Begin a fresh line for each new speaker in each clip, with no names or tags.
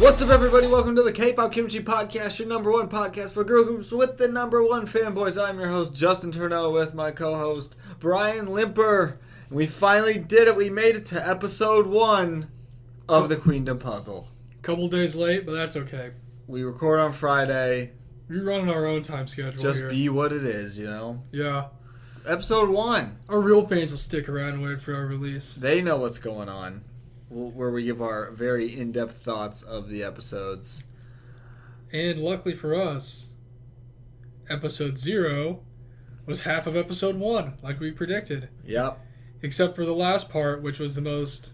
What's up, everybody? Welcome to the K-pop Kimchi Podcast, your number one podcast for girl groups with the number one fanboys. I'm your host Justin Turneau with my co-host Brian Limper. And we finally did it. We made it to episode one of the Queendom Puzzle.
Couple days late, but that's okay.
We record on Friday.
We're running our own time schedule
Just
here.
be what it is, you know.
yeah,
Episode one.
our real fans will stick around and wait for our release.
They know what's going on, wh- where we give our very in-depth thoughts of the episodes.
And luckily for us, episode zero was half of episode one, like we predicted.
Yep.
Except for the last part, which was the most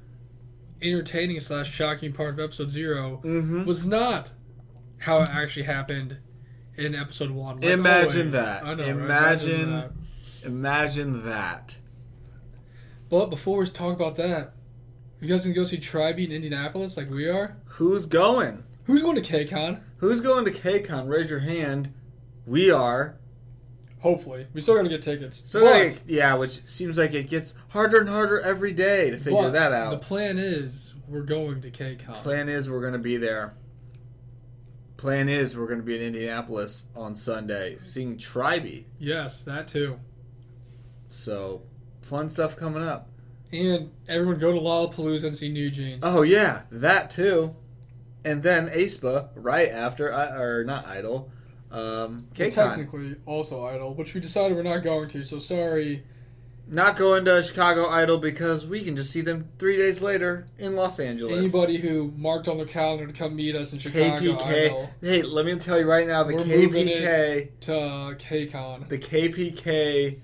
entertaining slash shocking part of episode zero,
Mm-hmm.
was not how it actually happened in episode one. like
Imagine
always.
that.
I know, right?
Imagine- Imagine that.
But before we talk about that, you guys can go see Tribe in Indianapolis like we are.
Who's going?
Who's going to KCON?
Who's going to KCON? Raise your hand. We are.
Hopefully, we still gotta get tickets.
So
But-
like, yeah, which seems like it gets harder and harder every day to figure
but
that
The
out.
plan is we're going to KCON.
Plan is we're going to be there. Plan is we're going to be in Indianapolis on Sunday seeing Tribe.
yes, that too.
So fun stuff coming up.
And everyone go to Lollapalooza and see New Jeans.
Oh yeah, that too. And then Aespa right after I- or not Idol. Um
We're
KCON.
Technically, also Idol, which we decided we're not going to. So sorry.
Not going to Chicago Idol because we can just see them 3 days later in Los Angeles.
Anybody who marked on their calendar to come meet us in Chicago
KPK.
Idol
Hey, let me tell you right now, the
We're moving
KPK,
to uh, KCON.
the KPK,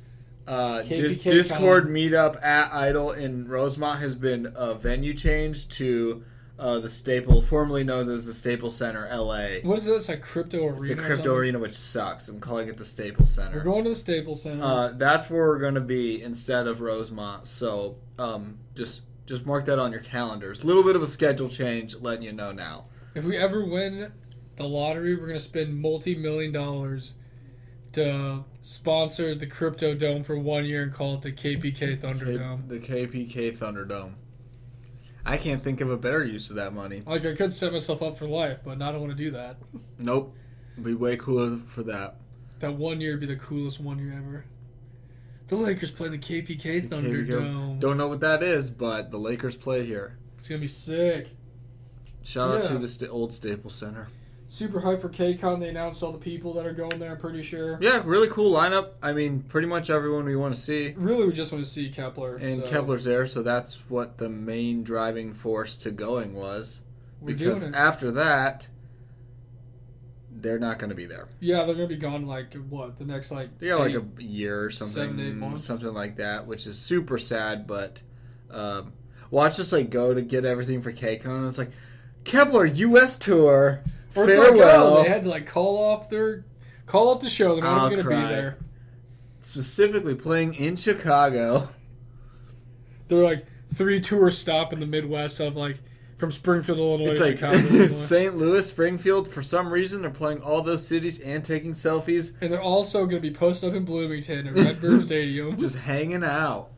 uh,
KPK
dis-
time.
Discord meetup at Idol in Rosemont has been a venue change to uh, the Staple, formerly known as the Staple Center, LA.
What is it? It's like crypto arena.
It's a
or
crypto
something?
arena, which sucks. I'm calling it the Staple
We're
Center.
going to the Staples Center.
Uh, that's where we're gonna be instead of Rosemont. So um, just just mark that on your calendars. A little bit of a schedule change, letting you know now.
If we ever win the lottery, we're gonna spend multi-million dollars to sponsor the Crypto Dome for one year and call it the KPK Thunderdome.
The KPK Thunderdome. I can't think of a better use of that money.
Like I could set myself up for life, but I don't want to do that.
Nope. Be way cooler for that.
That one year would be the coolest one year ever. The Lakers play the KPK
The KPK
Thunderdome.
Don't know what that is, but the Lakers play here.
It's gonna be sick.
Shout out to
Yeah.
the sta old Staples Center.
Super hype for KCON. They announced all the people that are going there. I'm pretty sure.
Yeah, really cool lineup. I mean, pretty much everyone we want to see.
Really, we just want to see Kepler.
And
so
Kepler's there, so that's what the main driving force to going was.
we're
Because
doing it.
after that, they're not going to be there.
yeah, they're gonna be gone like what the next like
They got like
eight-
a year or something,
Seven, eight months.
something like that, which is super sad. But um, watch us like go to get everything for KCON, and it's like Kepler U.S. tour
Or it's like,
farewell.
oh, they had to like call off their call off the show. They're
I'll
not going to be
cry.
there.
specifically playing in Chicago.
They're like three tours stop in the Midwest of like from Springfield, Illinois
it's
to
like
Oh, Chicago, Illinois.
St. Louis, Springfield. For some reason, they're playing all those cities and taking selfies,
and they're also going to be posted up in Bloomington at Redbird Stadium.
just hanging out.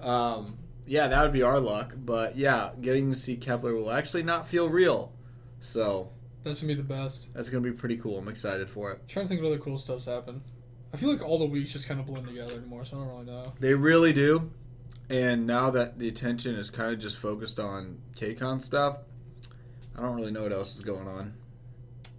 Um, yeah, that would be our luck. But yeah, getting to see Kepler will actually not feel real. So
That's gonna be the best.
that's gonna be pretty cool. I'm excited for it.
I'm trying to think what other cool stuff's happened. I feel like all the weeks just kind of blend together anymore, so I don't really know.
They really do. And now that the attention is kind of just focused on KCON stuff, I don't really know what else is going on.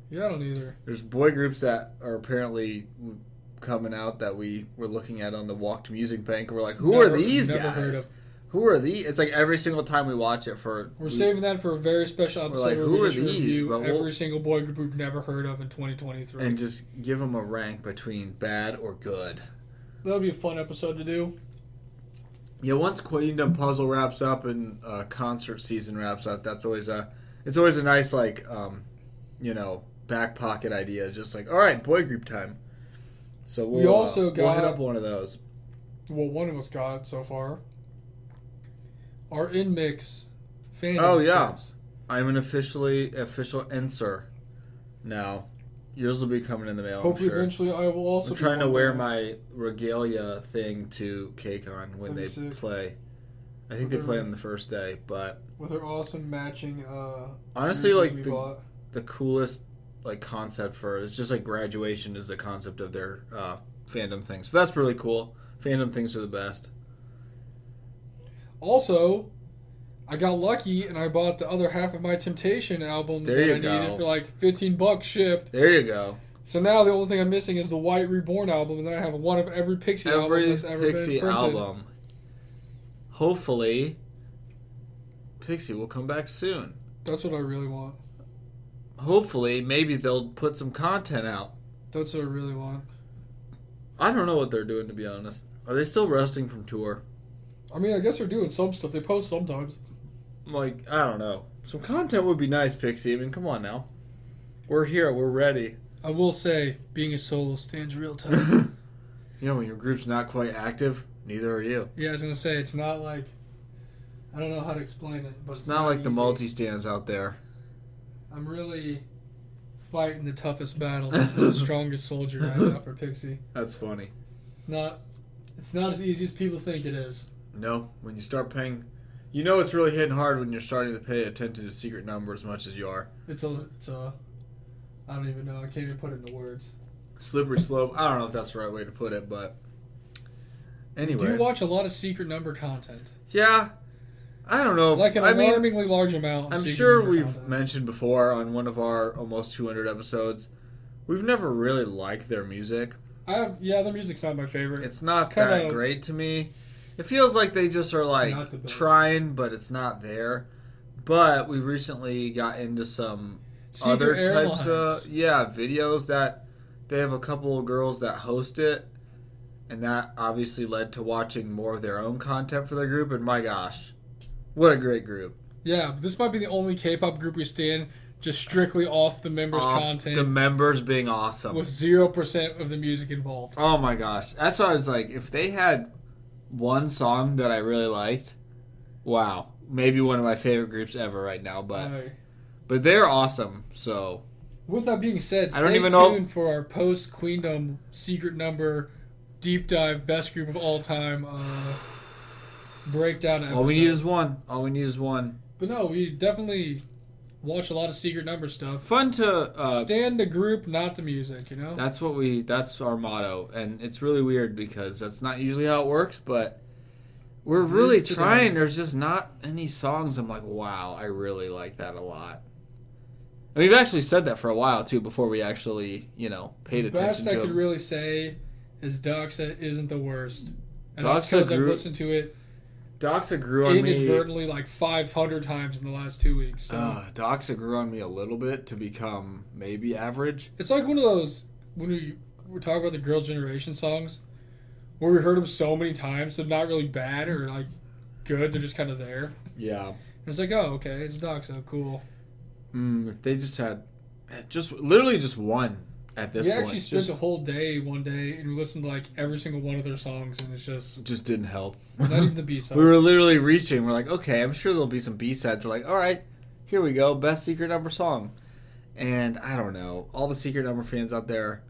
Yeah, I don't either.
There's boy groups that are apparently w- coming out that we were looking at on the Walk to Music Bank. We're like, who are
Never-
these
never
guys?
heard of.
Who are these? It's like every single time we watch it for.
We're saving that for a very special episode
like,
where
who
we
are
just
these?
review
But we'll-
every single boy group we've never heard of in 2023.
And just give them a rank between bad or good.
That'll be a fun episode to do.
Yeah, once Queendom Puzzle wraps up and uh, concert season wraps up, that's always a it's always a nice like um, you know back pocket idea. Just like all right, boy group time. So we'll,
We also
uh, we'll hit
got-
up one of those.
well, one of us got so far. Our inmix fan.
Oh, yeah. I'm an officially official answer now. Yours will be coming in the mail. I'm
Hopefully,
sure.
eventually, I will also.
I'm
be
trying to
one
wear
day.
my regalia thing to KCON when
That'd
they
be sick.
play. I think they
Okay.
play on the first day, but
with our awesome matching. Uh,
honestly,
jerseys
like
we
the
bought.
the coolest like concept for it's just like graduation is the concept of their uh, fandom thing. So that's really cool. Fandom things are the best.
Also, I got lucky and I bought the other half of my Temptation albums
There
that
you
I
go.
needed for like 15 bucks shipped.
There you go.
So now the only thing I'm missing is the White Reborn album, and then I have one of every Pixie album
Every
that's ever been
Pixie
printed.
album. Hopefully, Pixie will come back soon.
That's what I really want.
Hopefully, maybe they'll put some content out.
That's what I really want.
I don't know what they're doing to be honest. Are they still resting from tour?
I mean, I guess they're doing some stuff. They post sometimes.
Like I don't know. Some content would be nice, Pixie. I mean, come on now. We're here. We're ready.
I will say, being a solo stands real time.
you know, when your group's not quite active, neither are you.
yeah, I was gonna say it's not like I don't know how to explain it, but
It's not like the
easy.
multi stands out there.
I'm really fighting the toughest battles. as the strongest soldier right now for Pixie.
That's funny.
It's not. It's not as easy as people think it is.
No, when you start paying, you know it's really hitting hard when you're starting to pay attention to secret number as much as you are.
It's a. It's a. I don't even know. I can't even put it into words.
Slippery slope. I don't know if that's the right way to put it, but anyway,
Do you watch a lot of secret number content?
yeah, I don't know. If,
Like an
Oh, I mean,
alarmingly large amount. of
I'm
secret
sure
number
we've
content.
mentioned before on one of our almost 200 episodes. We've never really liked their music.
I have, yeah, their music's not my favorite.
It's not
Kinda-
that great to me. It feels like they just are
Not the
like
best.
trying, but it's not there. But we recently got into some
Secret
other types
Airlines.
of yeah videos that they have a couple of girls that host it, and that obviously led to watching more of their own content for their group. And my gosh, what a great group!
Yeah, this might be the only K-pop group we stand just strictly off the members'
Off
content
the members being awesome.
with zero percent of the music involved.
Oh my gosh. That's what I was like. If they had one song that I really liked, wow. Maybe one of my favorite groups ever right now, but
Alright.
but they're awesome. So
With that being said,
I
stay
don't even know-
tuned for our post Queendom secret number deep dive best group of all time uh, breakdown episode.
all we need is one. All we need is one.
but no, we definitely watch a lot of secret number stuff.
Fun to uh,
Stand the group, not the music. You know,
that's what we that's our motto, and it's really weird because that's not usually how it works, but we're
is
really
today.
trying. There's just not any songs I'm like, wow, I really like that a lot. And we've actually said that for a while too before we actually, you know, paid
the
attention
best I
to it.
could really say is Doxa isn't the worst, and
Doxa
that's because I've
group-
listened to it
Doxa grew on me.
inadvertently like 500 times in the last two weeks. So
Uh, Doxa grew on me a little bit to become maybe average.
it's like one of those when we were talking about the Girl Generation songs, where we heard them so many times, they're not really bad or like good. They're just kind of there.
Yeah.
And it's like, oh, okay, it's Doxa, cool.
Mm, if they just had, eh, just literally just one at this
we
point,
actually spent
just,
a whole day one day and we listened to like every single one of their songs, and it's just
just didn't help.
not even the B side.
we were literally reaching. We're like, okay, I'm sure there'll be some B sides. We're like, all right, here we go, best secret number song. And I don't know, all the secret number fans out there,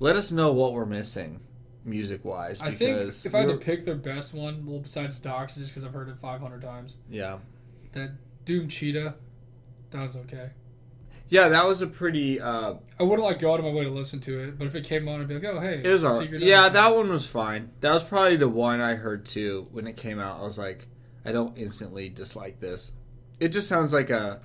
let us know what we're missing, music wise.
I think
Because
if I had to
we're-
pick their best one, well, besides Doxa, just because I've heard it 500 times,
yeah,
that Doom Cheetah, that was okay.
yeah, that was a pretty. Uh,
I wouldn't like go out of my way to listen to it, but if it came on, I'd be like, oh hey,
It was
it's a
alright.
secret
Yeah,
episode.
that one was fine. That was probably the one I heard too when it came out. I was like, I don't instantly dislike this. It just sounds like a.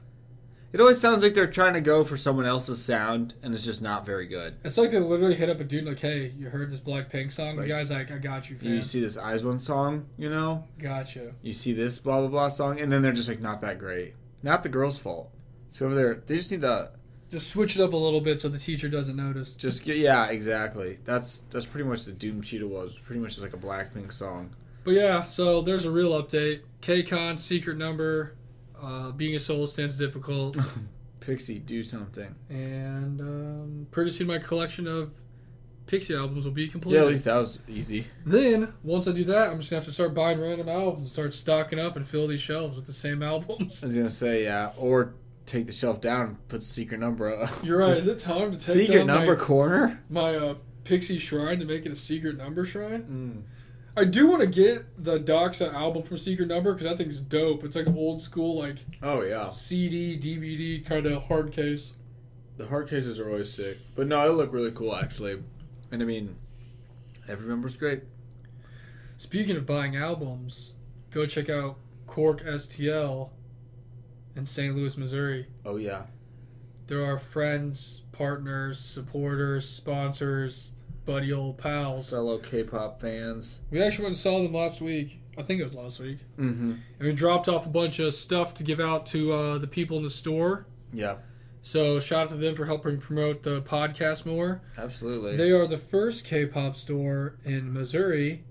It always sounds like they're trying to go for someone else's sound, and it's just not very good.
It's like they literally hit up a dude like, hey, you heard this Blackpink song?
Like-
the guy's like, I got you,
You
fam.
see this Eyes One song, you know.
Gotcha.
You see this blah blah blah song, and then they're just like not that great. Not the girl's fault. So over there, they just need to
Just switch it up a little bit so the teacher doesn't notice.
just get yeah exactly. That's that's pretty much the Doom Cheetah was. Pretty much just like a Blackpink song.
But yeah, so there's a real update. KCON, secret number, uh, being a solo stands difficult,
Pixie, do something.
and um, pretty soon my collection of Pixie albums will be complete.
Yeah, at least that was easy.
Then once I do that, I'm just gonna have to start buying random albums and start stocking up and fill these shelves with the same albums.
I was gonna say yeah, or take the shelf down, and put the secret number up.
You're right. Is it time to take
secret
down my-
number corner.
my uh, pixie shrine to make it a secret number shrine.
Mm.
I do want to get the Doxa album from Secret Number because that thing's dope. It's like an old school like
Oh yeah,
CD, DVD kind of hard case.
the hard cases are always sick. But no, it looked really cool actually. And I mean, every member's great.
Speaking of buying albums, go check out Cork STL in St. Louis, Missouri.
Oh yeah,
They're our friends, partners, supporters, sponsors, buddy old pals.
fellow K-pop fans.
We actually went and saw them last week. I think it was last week.
Mm-hmm.
And we dropped off a bunch of stuff to give out to uh, the people in the store.
Yeah,
So shout out to them for helping promote the podcast more.
absolutely.
They are the first K-pop store in Missouri,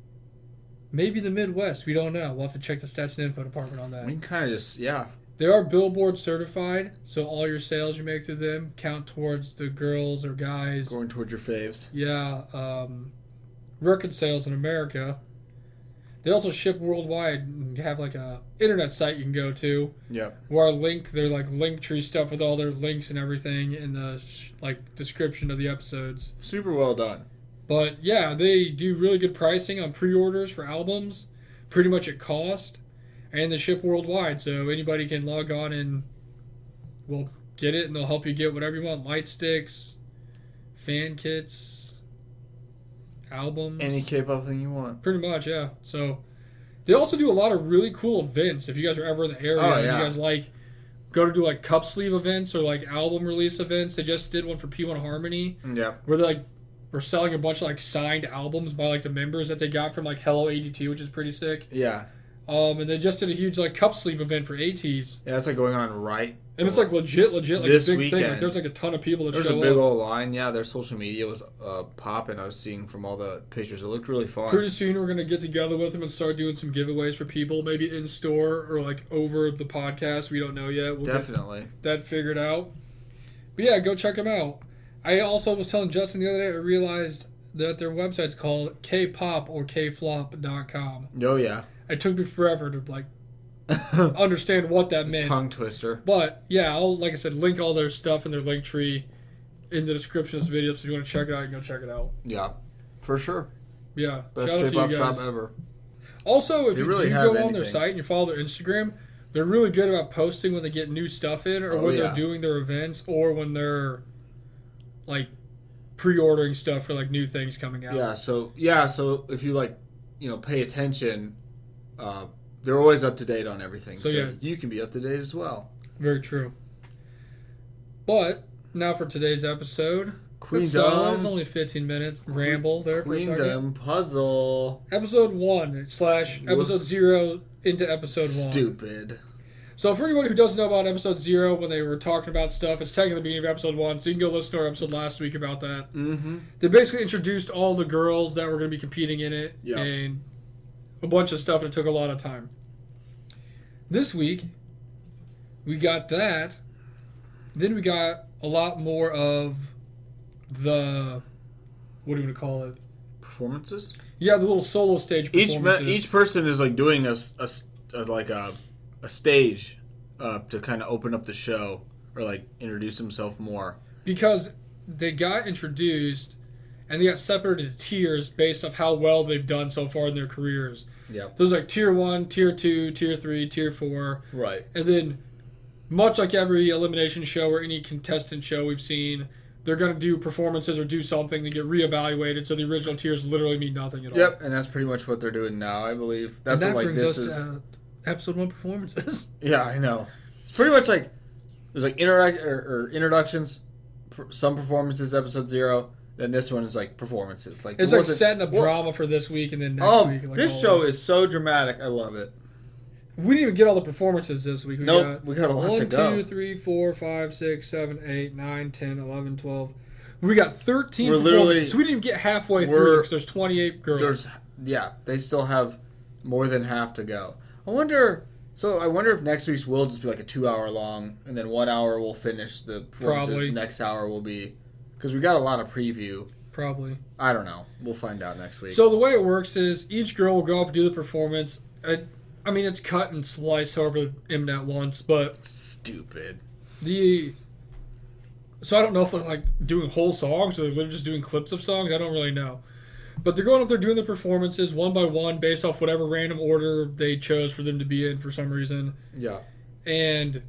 maybe the Midwest. We don't know. We'll have to check the stats and info department on
we
that.
can kind of just yeah.
They are Billboard certified, so all your sales you make through them count towards the girls or guys.
Going towards your faves.
Yeah, um, record sales in America. They also ship worldwide and have like a internet site you can go to
Yep.
where I link their like link tree stuff with all their links and everything in the sh- like description of the episodes.
Super well done.
But yeah, they do really good pricing on pre-orders for albums, pretty much at cost, and they ship worldwide, so anybody can log on and well get it, and they'll help you get whatever you want: light sticks, fan kits, albums,
Any K-pop thing you want.
pretty much. Yeah. So they also do a lot of really cool events. If you guys are ever in the area,
Oh,
and
yeah.
you guys like go to do like cup sleeve events or like album release events. They just did one for P1 Harmony
Yep.
where they like were selling a bunch of like signed albums by like the members that they got from like Hello ADT, which is pretty sick.
Yeah.
Um, and they just did a huge like cup sleeve event for ATs,
Yeah, that's like going on right.
and it's like legit, legit, like
This
a big thing. Like
weekend.
there's like a ton of people that
There's a
show
big
up.
old line. Yeah, their social media was uh, popping. I was seeing from all the pictures. It looked really fun.
Pretty soon we're gonna get together with them and start doing some giveaways for people, maybe in store or like over the podcast. We don't know yet. We'll get
Definitely.
that figured out. But yeah, go check them out. I also was telling Justin the other day. I realized that their website's called kpop or kflop.com.
Oh yeah.
It took me forever to like understand what that meant.
Tongue twister.
But yeah, I'll like I said, link all their stuff in their link tree in the description of this video. So if you want to check it out, you can go check it out.
Yeah, for sure.
Yeah,
Best
shout out to
K-pop
you
shop
guys.
ever.
Also, if
They
you
really
do
have
go on their
anything.
site and you follow their Instagram, they're really good about posting when they get new stuff in, or
Oh,
when
yeah.
they're doing their events, or when they're like pre-ordering stuff for like new things coming out.
Yeah. So yeah. So if you like, you know, pay attention, uh, they're always up to date on everything. So,
So, yeah.
you can be up to date as well.
Very true. But now for today's episode. It's solid. It's
Queendom.
only 15 minutes ramble there for a second.
Queendom puzzle.
Episode 1 slash episode 0 into episode 1.
Stupid.
So for anybody who doesn't know about episode 0 when they were talking about stuff, it's taking the beginning of episode 1, so you can go listen to our episode last week about that.
Mm-hmm.
They basically introduced all the girls that were going to be competing in it
Yeah.
and a bunch of stuff, and it took a lot of time. This week, we got that. Then we got a lot more of the. What do you want to call it?
Performances.
Yeah, the little solo stage
Each me-
performances.
each person is like doing a, s- a s- a, like a a stage uh, to kind of open up the show or like introduce himself more.
because they got introduced and they got separated into tiers based off how well they've done so far in their careers.
Yeah.
There's like tier one, tier two, tier three, tier four,
Right.
and then much like every elimination show or any contestant show we've seen, they're gonna do performances or do something to get reevaluated. So the original tiers literally mean nothing at all.
Yep. And that's pretty much what they're doing now, I believe. That's
And that
what like
brings
this is.
us to uh, episode one performances.
Yeah, I know. It's pretty much like there's like interact or, or introductions, per- some performances episode zero. Then this one is like performances. Like
It's
there
like
wasn't-
setting up
Well,
drama for this week and then next
Oh,
week. Like
this
all
show
this.
is so dramatic. I love it.
We didn't even get all the performances this week. We
Nope, we got a
got
lot
one,
to go.
two, three, four, five, six, seven, eight, nine, 10, 11, 12. We got 13
We're literally-
performances. we didn't even get halfway
We're-
through because there's 28 girls.
There's yeah, they still have more than half to go. I wonder. So I wonder if next week's will just be like a two hour long, and then one hour we'll finish the performances.
Probably.
Next hour will be because we got a lot of preview.
Probably.
I don't know. We'll find out next week.
So the way it works is each girl will go up and do the performance. I, I mean, it's cut and sliced however Mnet wants, but
stupid.
the. So I don't know if they're like doing whole songs or they're literally just doing clips of songs. I don't really know. But they're going up there doing the performances one by one based off whatever random order they chose for them to be in for some reason.
Yeah.
And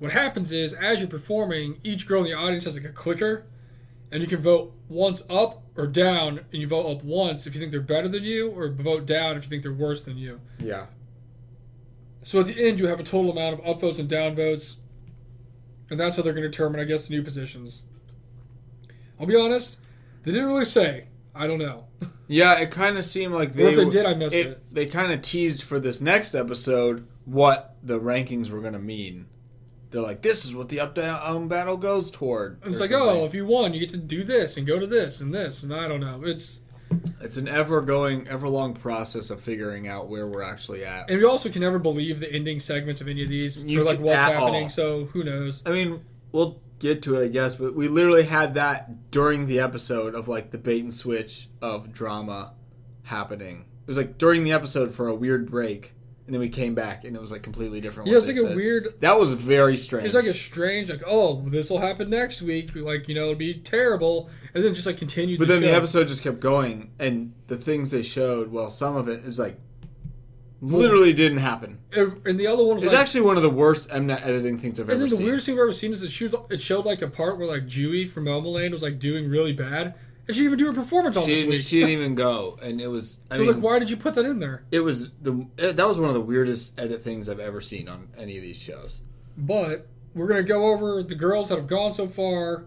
What happens is, as you're performing, each girl in the audience has like a clicker, and you can vote once up or down, and you vote up once if you think they're better than you, or vote down if you think they're worse than you.
Yeah.
So at the end, you have a total amount of upvotes and downvotes, and that's how they're going to determine, I guess, the new positions. I'll be honest, they didn't really say. I don't know.
Yeah, it kind of seemed like
Or
they,
if they did, I missed it.
They kind of teased for this next episode what the rankings were going to mean. They're like, this is what the up down battle goes toward.
And it's
or
like,
something.
oh, if you won, you get to do this and go to this and this, and I don't know. It's
It's an ever going, ever long process of figuring out where we're actually at.
and we also can never believe the ending segments of any of these
You
or like
can-
what's
at
happening.
all.
So who knows?
I mean, we'll get to it, I guess, but we literally had that during the episode of like the bait and switch of drama happening. It was like during the episode for a weird break, and then we came back, and it was like completely different.
Yeah,
what
it's like
they
a
said.
weird.
That was very strange.
It's like a strange, like, oh, this will happen next week. Like, you know, it'll be terrible, and then just like continue.
But
the
then the
show.
episode just kept going, and the things they showed, well, some of it is like literally didn't happen.
and and the other one was
It's
like,
actually one of the worst Mnet editing things I've
And
ever
then the
seen.
weirdest thing I've ever seen is it showed, it showed like a part where like Dewey from Momoland was like doing really bad, and she didn't even do a performance on
she,
this
didn't,
week.
she didn't even go, and it was. I
so I
mean,
was like, why did you put that in there?
it was the it, that was one of the weirdest edit things I've ever seen on any of these shows.
But we're gonna go over the girls that have gone so far,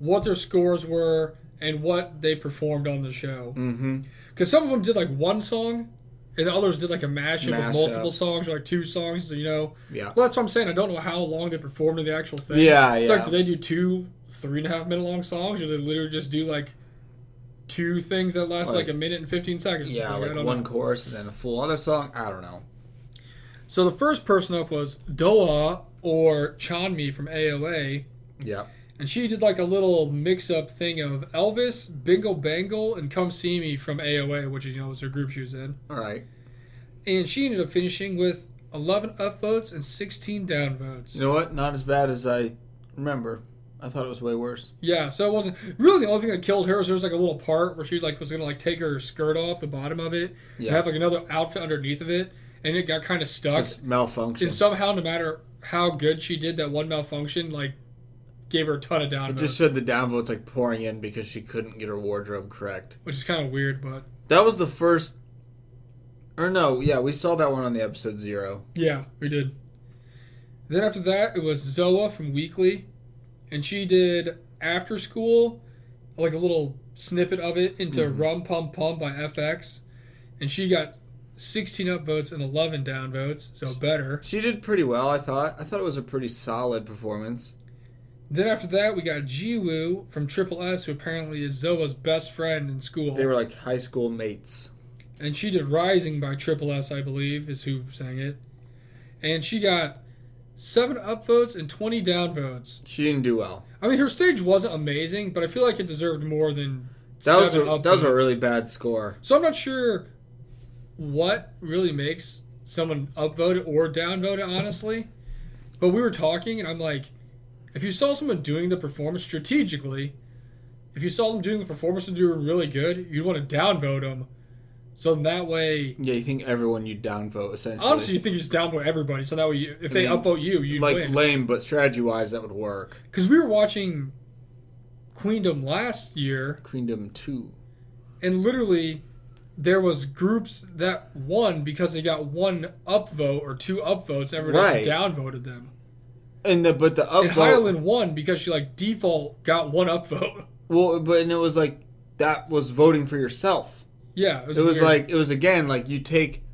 what their scores were, and what they performed on the show.
Mm-hmm.
Because some of them did like one song, and others did like a mashup of multiple
Mashups.
songs or like two songs. You know,
Yeah.
well, that's what I'm saying. I don't know how long they performed in the actual thing.
Yeah,
It's
yeah.
like, do they do two, three and a half minute long songs, or do they literally just do like two things that last like,
Like-
a minute and 15 seconds?
Yeah,
I
like
don't
one
know.
chorus and then a full other song. I don't know.
So the first person up was Doa or Chanmi from AOA.
Yeah.
And she did like a little mix up thing of Elvis, Bingo Bangle, and Come See Me from AOA, which is, you know, was her group she was in.
All right.
And she ended up finishing with 11 upvotes and 16 downvotes.
You know what? Not as bad as I remember. I thought it was way worse.
Yeah, so it wasn't really the only thing that killed her is there was like a little part where she like was gonna like take her skirt off the bottom of it and
Yeah.
have like another outfit underneath of it, and it got kind of stuck.
Just malfunction.
and somehow, no matter how good she did, that one malfunction like gave her a ton of downvotes,
It just said the downvotes like pouring in because she couldn't get her wardrobe correct.
which is kind of weird, but
That was the first. Or no, yeah, we saw that one on the episode zero.
yeah, we did. Then after that, it was Zoa from Weekly, and she did After School, like a little snippet of it into
Mm-hmm.
Rum Pum Pum by FX, and she got 16 upvotes and 11 downvotes, so better.
She did pretty well, I thought. I thought it was a pretty solid performance.
Then after that, we got Jiwoo from Triple S, who apparently is Zoa's best friend in school,
They were like high school mates.
and she did Rising by Triple S, I believe, is who sang it, and she got. Seven upvotes and twenty downvotes.
She didn't do well.
I mean, her stage wasn't amazing, but I feel like it deserved more than
That was a,
seven
that was a
upvotes.
really bad score.
So I'm not sure what really makes someone upvoted or downvoted, honestly. But we were talking, and I'm like, if you saw someone doing the performance strategically, if you saw them doing the performance and doing really good, you'd want to downvote them. So then that way,
Yeah, you think everyone you downvote essentially.
honestly, you think you just downvote everybody. So that way, you, if they
I mean,
upvote you, you
like
win.
lame, but strategy wise, that would work.
Because we were watching Queendom last year.
Queendom two.
and literally there was groups that won because they got one upvote or two upvotes. Everyone
Right. Oh,
else downvoted them.
And the but the
And
upvote.
Highland won because she like default got one upvote.
Well, but and it was like that was voting for yourself.
Yeah, it was,
it was
weird.
like it was again like you take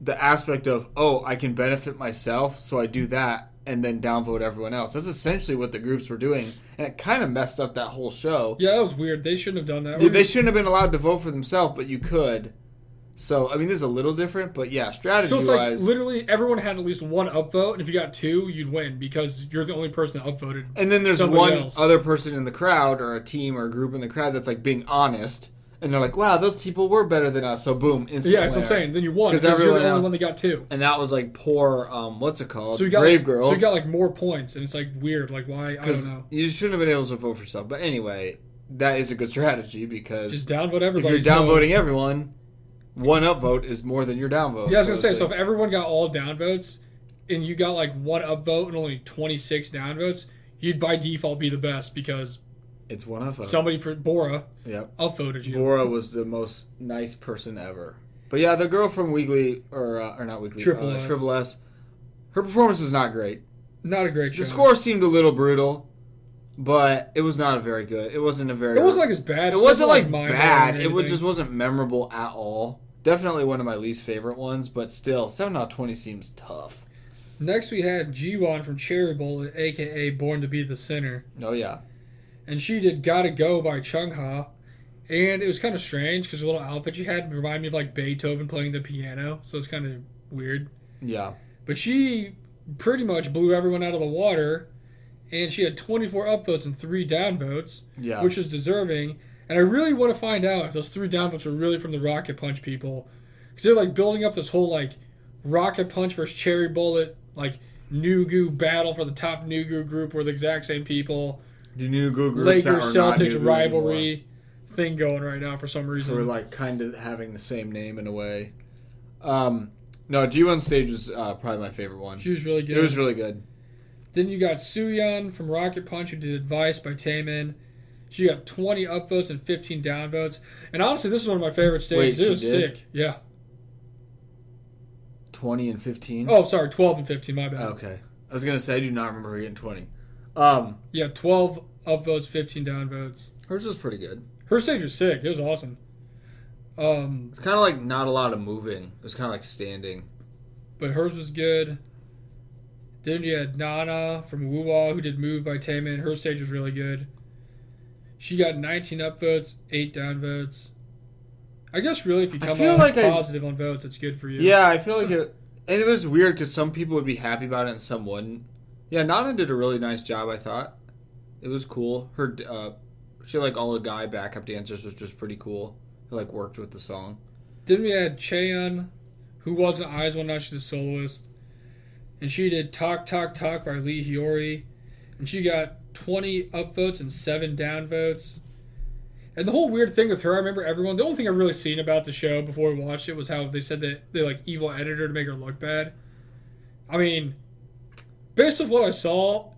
the aspect of oh I can benefit myself so I do that and then downvote everyone else. That's essentially what the groups were doing, and it kind of messed up that whole show.
yeah, that was weird. They shouldn't have done that.
They shouldn't have been allowed to vote for themselves, but you could. So I mean, this is a little different, but yeah, strategy
so it's like
wise.
literally everyone had at least one upvote, and if you got two, you'd win because you're the only person that upvoted.
and then there's
somebody
one
else.
other person in the crowd or a team or a group in the crowd that's like being honest, and they're like, "Wow, those people were better than us." So boom, instant
yeah, that's what I'm
winner.
saying. Then you won
'Cause
because you're
everyone
the
else-
only one that got two.
And that was like poor, um, what's it called?
So you got
Brave
like,
Girls.
So you got like more points, and it's like weird. Like why? I don't
Because
know.
you shouldn't have been able to vote for yourself. But anyway, that is a good strategy because
Just um, downvote
if
everybody.
you're
so-
downvoting everyone, one upvote is more than your downvote.
Yeah, I was gonna say.
Oh, it's
So if
like-
everyone got all downvotes, and you got like one upvote and only 26 downvotes, you'd by default be the best because
It's one of them.
somebody for Bora
yep.
upvoted you.
Bora was the most nice person ever. But yeah, the girl from Weekly or uh, or not Weekly
Triple
uh,
S.
Triple S, her performance was not great.
Not a great show.
The score seemed a little brutal, but it was not a very good. It wasn't a very.
It wasn't like as bad.
it wasn't like
mind-blowing or
bad. It wa-
anything.
just wasn't memorable at all. Definitely one of my least favorite ones, but still, seven out of twenty seems tough.
Next, we had Jiwon from Cherry Bowl, aka Born to Be the Sinner,
Oh yeah,
and she did "Gotta Go" by Chung Ha, and it was kind of strange because the little outfit she had reminded me of like Beethoven playing the piano, so it's kind of weird.
yeah.
But she pretty much blew everyone out of the water, and she had 24 upvotes and three downvotes,
Yeah.
which is deserving. And I really want to find out if those three downvotes were really from the Rocket Punch people, because they're like building up this whole like Rocket Punch versus Cherry Bullet like Nugu battle for the top Nugu group were the exact same people.
The new Goo groups that
Lakers
are not new
Celtics
Goo anymore.
rivalry thing going right now for some
So we're
reason.
like kind of having the same name in a way. Um, no, G1 stage was uh, probably my favorite one.
She was really good.
It was really good.
Then you got Suyeon from Rocket Punch who did Advice by Taemin. She got 20 upvotes and 15 downvotes. And honestly, this is one of my favorite stages.
Wait,
it
she
was
did?
sick. Yeah.
20 and 15.
Oh, sorry, 12 and 15. My bad.
Okay. I was going to say, I do not remember her getting 20. Um,
Yeah, 12 upvotes, 15 downvotes.
hers was pretty good.
Her stage was sick. It was awesome. Um,
It's kind of like not a lot of moving. It was kind of like standing.
but hers was good. Then you had Nana from Wuwa who did Move by Taemin. Her stage was really good. She got 19 upvotes, 8 downvotes. I guess really if you
I
come
feel
out
like I-
positive on votes, it's good for you.
Yeah, I feel like it. And it was weird because some people would be happy about it and some wouldn't. Yeah, Nana did a really nice job, I thought. It was cool. Her, uh, she had like all the guy backup dancers, which was pretty cool. It like worked with the song.
Then we had Cheon, who was an Eyes One Now she's a soloist, and she did "Talk Talk Talk" by Lee Hyori, and she got 20 upvotes and seven downvotes. And the whole weird thing with her, I remember everyone. The only thing I've really seen about the show before we watched it was how they said that they like evil editor to make her look bad. I mean, based off what I saw,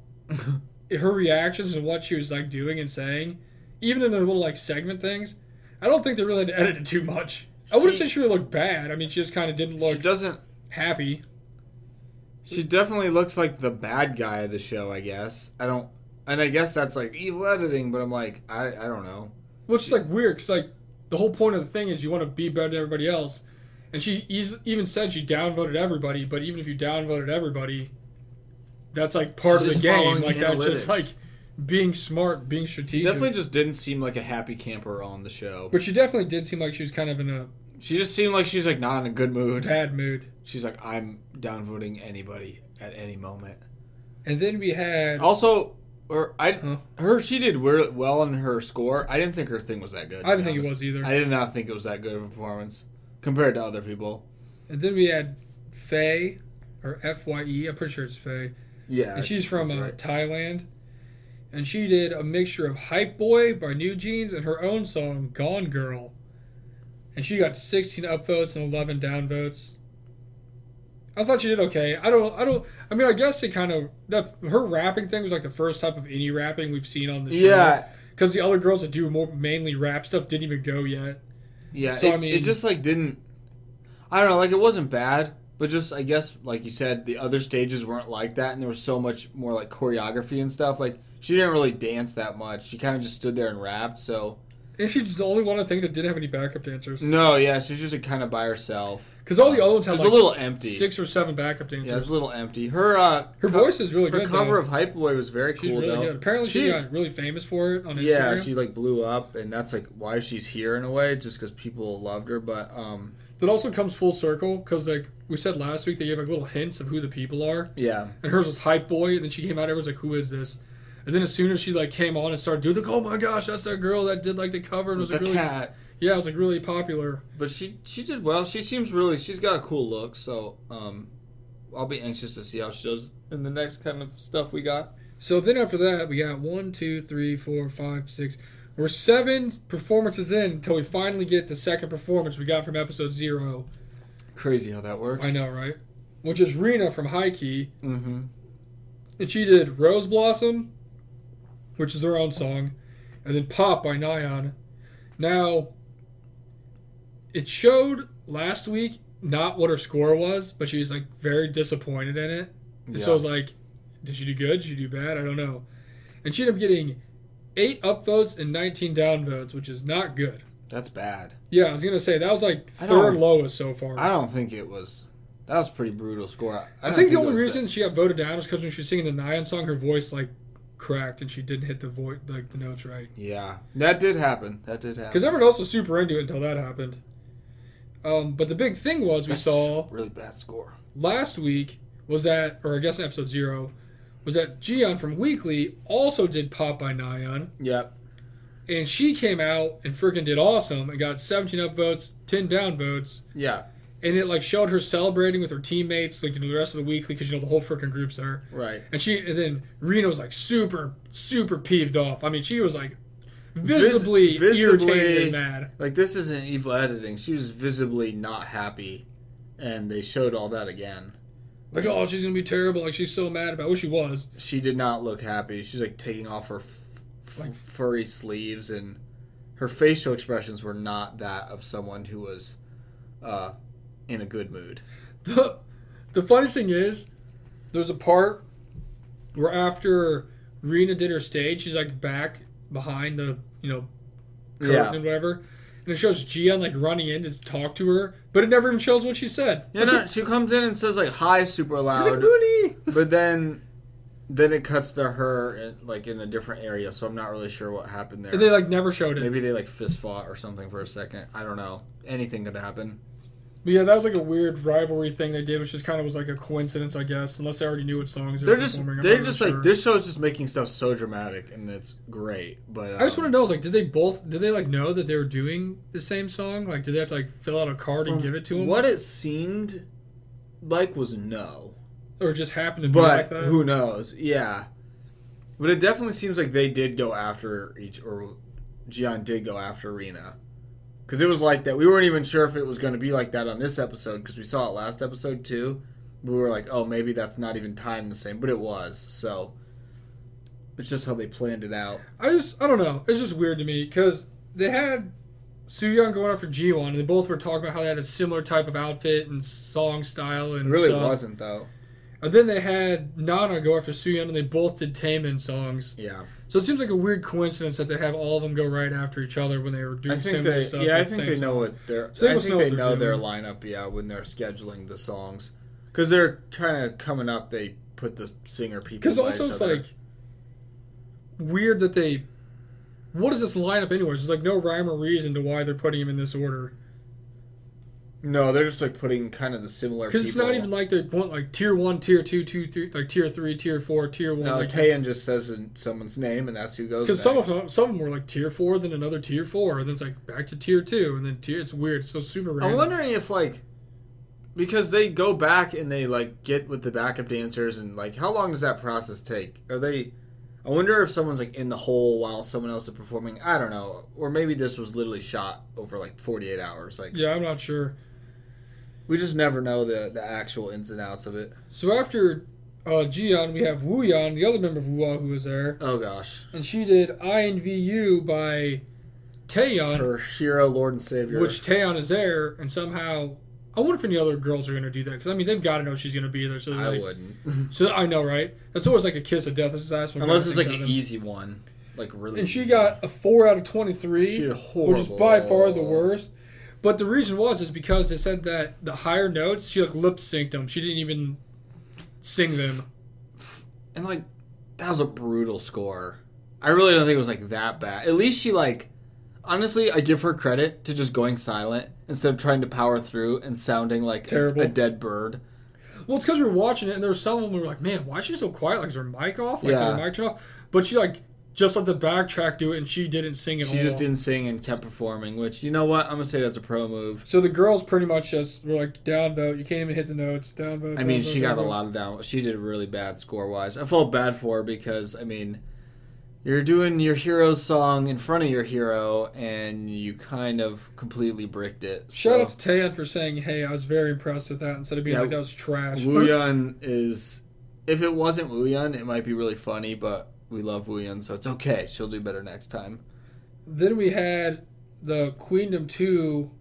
her reactions and what she was like doing and saying, even in their little like segment things, I don't think they really had to edit it too much. I wouldn't
She-
say she really looked bad. I mean, she just kind of didn't
she
look
doesn't
happy.
She definitely looks like the bad guy of the show, I guess. I don't, and I guess that's like evil editing, but I'm like, I, I don't know.
Which is like weird, cause like the whole point of the thing is you want to be better than everybody else, and she eas- even said she downvoted everybody. But even if you downvoted everybody, that's like part
She's just
of the game.
following
Like
the
that's just
analytics.
like being smart, being
She
strategic.
definitely just didn't seem like a happy camper on the show.
but she definitely did seem like she was kind of in a
She just seemed like she's like not in a good mood.
bad mood.
She's like, I'm downvoting anybody at any moment.
And then we had
Also, or I,
Huh?
her, she did weir- well in her score. I didn't think her thing was that good.
I didn't
to be
think it
honest.
was either.
I did not think it was that good of a performance compared to other people.
and then we had Faye or F Y E. I'm pretty sure it's Faye.
Yeah,
and she's from uh,
right.
Thailand. And she did a mixture of Hype Boy by New Jeans and her own song Gone Girl. And she got 16 upvotes and 11 downvotes. I thought she did okay. I don't. I don't. I mean, I guess it kind of that her rapping thing was like the first type of indie rapping we've seen on the show.
yeah,
Because the other girls that do more mainly rap stuff didn't even go yet.
Yeah,
So,
it,
I mean-
it just like didn't. I don't know, like it wasn't bad, but just I guess like you said, the other stages weren't like that, and there was so much more like choreography and stuff. Like she didn't really dance that much; she kind of just stood there and rapped. So
And she's the only one I think that didn't have any backup dancers.
no, yeah, she's just like, kind of by herself.
Because all the other ones
It
had
was
like
a little empty.
six or seven backup
yeah, it was
dancers.
a little empty. Her uh,
her
co-
voice is really
her
good.
cover
though.
of Hype Boy was very
She's
cool
really
though.
good. Apparently, she
She's-
got really famous for it on Instagram.
yeah, she like blew up, and that's like why she's here in a way, just because people loved her. But um,
that also comes full circle because, like we said last week, they gave like little hints of who the people are,
yeah,
and hers was hype boy, and then she came out, everyone's like, "Who is this?" And then as soon as she like came on and started doing like, "Oh my gosh, that's that girl that did like the cover and was
the
like really
cat.
yeah, it was like really popular."
But she she did well. She seems really she's got a cool look, so um I'll be anxious to see how she does in the next kind of stuff we got.
So then after that, we got one, two, three, four, five, six. We're seven performances in until we finally get the second performance we got from episode zero.
Crazy how that works.
I know, right? which is Rena from High Key,
Mm-hmm.
and she did Rose Blossom, which is their own song, and then Pop by Nyan. Now, it showed last week not what her score was, but she was like very disappointed in it. And so I was like, did she do good? Did she do bad? I don't know. And she ended up getting eight upvotes and 19 downvotes, which is not good.
That's bad.
Yeah, I was gonna say that was like
I don't-
third lowest so far.
I don't think it was. That was a pretty brutal score.
I,
don't
think the
it
only
was
reason she got voted down is because when she was singing the Nyan song, her voice like cracked and she didn't hit the voice like the notes right.
that- yeah, that did happen. That did happen.
Because everyone else was super into it until that happened. Um, but the big thing was we
That's
saw
really bad score.
last week was that, or I guess in episode zero, was that Gion from Weekly also did Pop by Nyan,
Yep.
and she came out and freaking did awesome and got 17 upvotes, 10 downvotes,
Yeah.
and it like showed her celebrating with her teammates, like you know, the rest of the weekly, because you know the whole freaking group's there.
Right.
And she, and then Rena was like super, super peeved off. I mean, she was like visibly,
visibly-
irritated and mad.
Like this isn't evil editing. She was visibly not happy, and they showed all that again.
Like, oh, she's gonna be terrible. Like, she's so mad about. Well, she was.
She did not look happy. She's like taking off her f- f- furry sleeves, and her facial expressions were not that of someone who was uh, in a good mood.
The, the funniest thing is, there's a part where after Rena did her stage, she's like back behind the you know curtain
Yeah.
and whatever, and it shows Gian like running in to talk to her, but it never even shows what she said.
Yeah, no, she comes in and says like hi super
She's like,
loud,
"Mooney!"
but then then it cuts to her in, like in a different area, so I'm not really sure what happened there.
And they like never showed it.
Maybe they like fist fought or something for a second. I don't know. Anything could happen.
But yeah, that was like a weird rivalry thing they did, which just kind of was like a coincidence, I guess, unless they already knew what songs they
They're
were
just
performing. I'm
they're
not
just
really
like
sure.
this show's just making stuff so dramatic and it's great. But um,
I just want to know, is, like, did they both? Did they like know that they were doing the same song? Like, did they have to like fill out a card and give it to them,
What it seemed like was no,
or just happened to be like
but
that?
who knows? Yeah, but it definitely seems like they did go after each or Gian did go after Rena. Because it was like that. We weren't even sure if it was going to be like that on this episode because we saw it last episode too. We were like, oh, maybe that's not even timed the same, but it was. So it's just how they planned it out.
I just I don't know. It's just weird to me because they had Soo Young going after G One, and they both were talking about how they had a similar type of outfit and song style
It
and
really
stuff.
wasn't though.
And then they had Nana go after Soo Young, and they both did Taemin songs.
Yeah.
So it seems like a weird coincidence that they have all of them go right after each other when they were doing
I think
similar
they,
stuff.
yeah, I
with the
think
same
they know
song.
what they're.
So they
I
must
think
know
they
what
know
they're
their
doing.
lineup. Yeah, when they're scheduling the songs, because they're kind of coming up. They put the singer people.
Because
by
also
each
it's
other.
like weird that they. What is this lineup anyways? There's like no rhyme or reason to why they're putting them in this order.
no, they're just like putting kind of the similar.
Because
Because
it's not even like they want like tier one, tier two, two, three, like tier three, tier four, tier one.
No,
like,
Taeyeon Uh, just says in someone's name, and that's who goes.
because some of
next.
them, some of them were like tier four, then another tier four, and then it's like back to tier two, and then tier. It's weird. It's so super
I'm
random.
wondering if like because they go back and they like get with the backup dancers and like how long does that process take? Are they I wonder if someone's like in the hole while someone else is performing. I don't know. Or maybe this was literally shot over like 48 hours. Like
yeah, I'm not sure.
we just never know the the actual ins and outs of it.
So after uh, Jian, we have Wu Yan, the other member of Wu who was there,
Oh gosh.
and she did INVU by Taeyeon,
Her hero, Lord and Savior.
which Taeyeon is there, and somehow I wonder if any other girls are going to do that because I mean they've got to know she's going to be there. So they're
I
like,
wouldn't.
so I know, right? That's always like a kiss of death. This is actually
Unless it's like e-
an
an easy one. Like really
and she
easy.
got a four out of twenty three,
She did
which is by far the
horrible.
worst. But the reason was is because they said that the higher notes she like lip synced them. She didn't even sing them.
and like that was a brutal score. I really don't think it was like that bad. At least she like honestly, I give her credit to just going silent instead of trying to power through and sounding like
Terrible.
a dead bird.
Well, it's because we were watching it, and there were some of them we were like, "Man, why is she so quiet? Like, is her mic off? Like,
Yeah.
did her mic turn off?" But she like just let the backtrack do it, and she didn't sing at
She
all.
just didn't sing and kept performing, which you know what? I'm gonna say that's a pro move.
So the girls pretty much just were like, "Downvote! You can't even hit the notes. Downvote!"
I mean,
downvote,
she got a
downvote."
lot of down. She did really bad score wise. I felt bad for her because I mean, You're doing your hero song in front of your hero, and you kind of completely bricked it.
Shout
So
out to Tayan for saying, "Hey, I was very impressed with that." Instead of being
Yeah.
like, "That was trash."
Wu Yun is. If it wasn't Wu Yun, it might be really funny, but we love Wu Yun, so it's okay. She'll do better next time.
Then we had the Queendom Two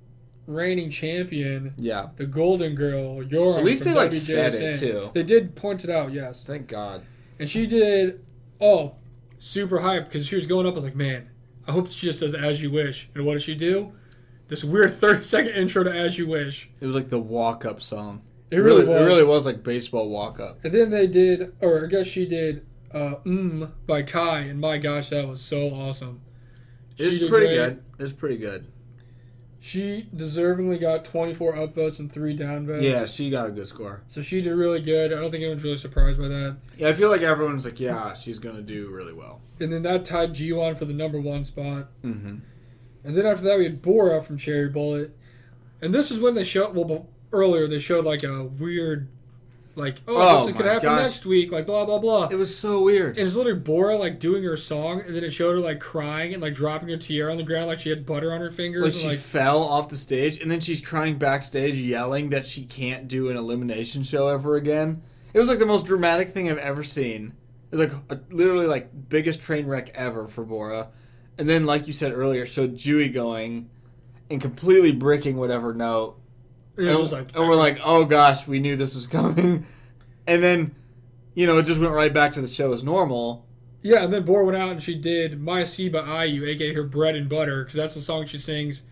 reigning champion,
Yeah.
the Golden Girl Yoram.
At least
from
they, like, said it,
WJSN.
too.
They did point it out, yes.
Thank God.
And she did, oh, super hype because she was going up. I was like, man, I hope she just does As You Wish. And what did she do? This weird 30 second intro to As You Wish.
It was like the walk up song.
It really, was.
It really was like baseball walk up.
And then they did, or I guess she did, uh, Mmm by Kai. And my gosh, that was so awesome.
It's
She did
pretty
great.
good. It's pretty good.
She deservingly got 24 upvotes and three downvotes.
Yeah, she got a good score.
So she did really good. I don't think anyone's really surprised by that.
Yeah, I feel like everyone's like, yeah, she's gonna do really well.
And then that tied G1 for the number one spot.
Mm-hmm.
And then after that, we had Bora from Cherry Bullet. And this is when they showed, well, bef- earlier they showed like a weird, like, oh,
Oh
this could
my
happen
gosh.
next week, like, blah, blah, blah.
It was so weird.
and it's literally Bora, like, doing her song, and then it showed her, like, crying and, like, dropping her tiara on the ground, like, she had butter on her fingers.
Like
and,
she
like,
fell off the stage, and then she's crying backstage, yelling that she can't do an elimination show ever again. It was like the most dramatic thing I've ever seen. It was like a, literally like biggest train wreck ever for Bora. And then, like you said earlier, showed Dewey going and completely bricking whatever note
it was
and,
just like,
and we're like, oh gosh, we knew this was coming. And then, you know, it just went right back to the show as normal.
yeah, and then Bora went out and she did My Siba Ayu, aka her bread and butter, because that's the song she sings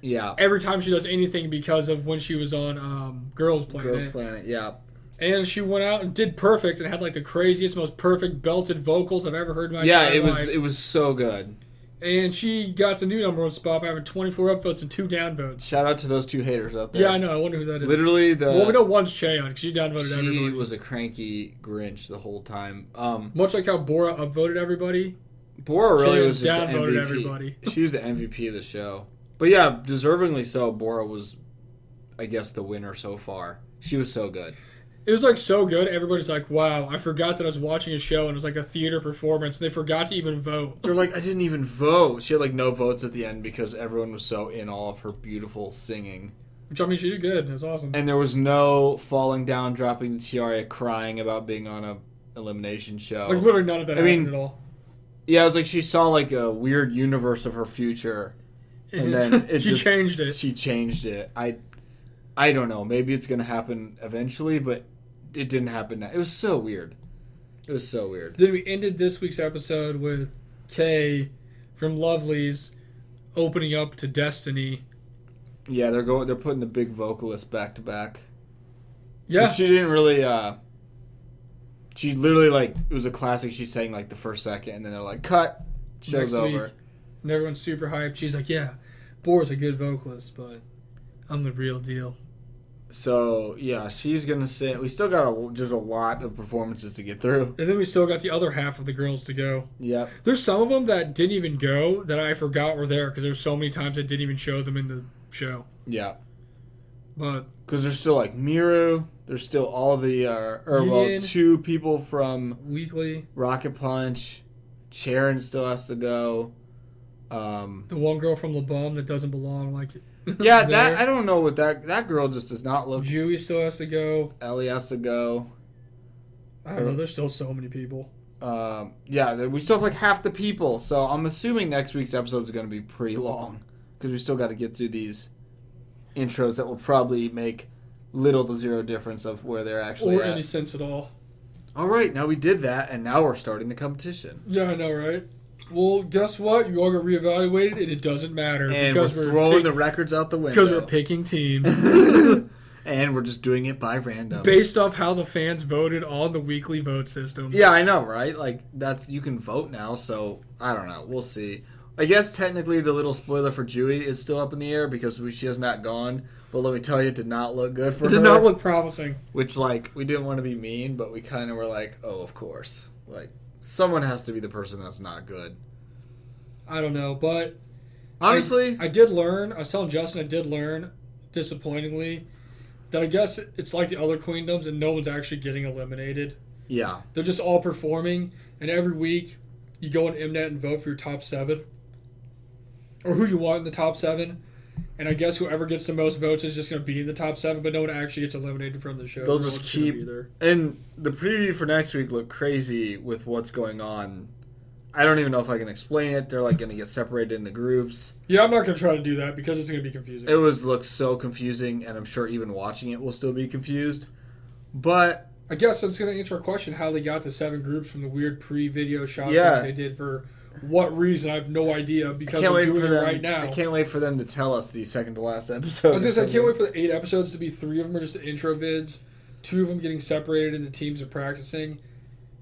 Yeah.
every time she does anything because of when she was on um, Girls Planet.
Girls Planet, yeah.
And she went out and did perfect and had like the craziest, most perfect belted vocals I've ever heard in my
Yeah,
entire
it was
life.
it was so good.
And she got the new number one spot by having 24 upvotes and two downvotes.
Shout out to those two haters out there.
Yeah, I know. I wonder who that is.
Literally the
well, we know one's Cheon because she downvoted
she
everybody.
was a cranky Grinch the whole time. Um
Much like how Bora upvoted everybody.
Bora really
She
was just the
downvoted
MVP.
everybody.
She was the MVP of the show. But yeah, deservingly so, Bora was I guess the winner so far. She was so good.
It was like so good. Everybody's like, wow, I forgot that I was watching a show and it was like a theater performance. And they forgot to even vote.
They're like, I didn't even vote. She had like no votes at the end because everyone was so in all of her beautiful singing.
Which I mean, she did good. It was awesome.
And there was no falling down, dropping the tiara, crying about being on a elimination show.
like, literally none of that
Oh. I
happened
mean,
at all.
yeah, it was like she saw like a weird universe of her future. and then it
she
just-
changed it.
She changed it. I, I don't know. Maybe it's gonna happen eventually, but it didn't happen. Now. It was so weird. It was so weird.
Then we ended this week's episode with Kay from Lovely's opening up to Destiny.
Yeah, they're going. They're putting the big vocalist back to back.
Yeah,
She didn't really. uh She literally like it was a classic. She sang like the first second, and then they're like, "Cut." Show's
Next
over.
week. and everyone's super hyped. She's like, "Yeah, Bora's a good vocalist, but I'm the real deal."
So yeah, she's gonna sing. We still got a, just a lot of performances to get through.
And then we still got the other half of the girls to go.
Yep.
There's some of them that didn't even go that I forgot were there because there's so many times I didn't even show them in the show.
Yeah.
But
Because there's still like Miru. There's still all the uh, or well
Gideon.
two people from
weekly,
Rocket Punch. Sharon still has to go. Um,
the one girl from La Bombe that doesn't belong, like
yeah,
there.
that I don't know what that that girl just does not look.
Dewey still has to go.
Ellie has to go.
I don't know. There's still so many people.
Um, yeah, there- we still have like half the people, so I'm assuming next week's episodes are going to be pretty long because we still got to get through these intros that will probably make little to zero difference of where they're actually
or
at.
any sense at all.
All right, now we did that, and now we're starting the competition,
Yeah, I know, right? Well, guess what? You all got reevaluated, and it doesn't matter
and
because
we're,
we're
throwing
pick-
the records out the window,
because we're picking teams
and we're just doing it by random.
based off how the fans voted on the weekly vote system.
yeah, I know, right? Like that's you can vote now, so I don't know. We'll see. I guess technically the little spoiler for Dewey is still up in the air because we, she has not gone. But let me tell you, it did not look good for
it
her.
did not look promising.
which like we didn't want to be mean, but we kind of were like, oh, of course, like someone has to be the person that's not good.
I don't know, but
Honestly,
I, I did learn. I was telling Justin, I did learn disappointingly that I guess it's like the other queendoms, and no one's actually getting eliminated.
yeah,
They're just all performing, and every week you go on Mnet and vote for your top seven, or who you want in the top seven. And I guess whoever gets the most votes is just going to be in the top seven, but no one actually gets eliminated from the show.
They'll
No
just
one's gonna
keep-
be there.
And the preview for next week looked crazy with what's going on. I don't even know if I can explain it. They're like going to get separated into groups.
Yeah, I'm not going to try to do that because it's going to be confusing.
It was looks so confusing, and I'm sure even watching it will still be confused. But
I guess that's going to answer our question how they got the seven groups from the weird pre-video shot
Yeah.
things they did for what reason I have no idea
I
because
can't
I'm
wait
doing
for
it
them.
right now.
I
I,
can't wait for them to tell us the second to last episode.
was going to say I can't wait for the eight episodes to be three of them are just intro vids, two of them getting separated into teams and practicing,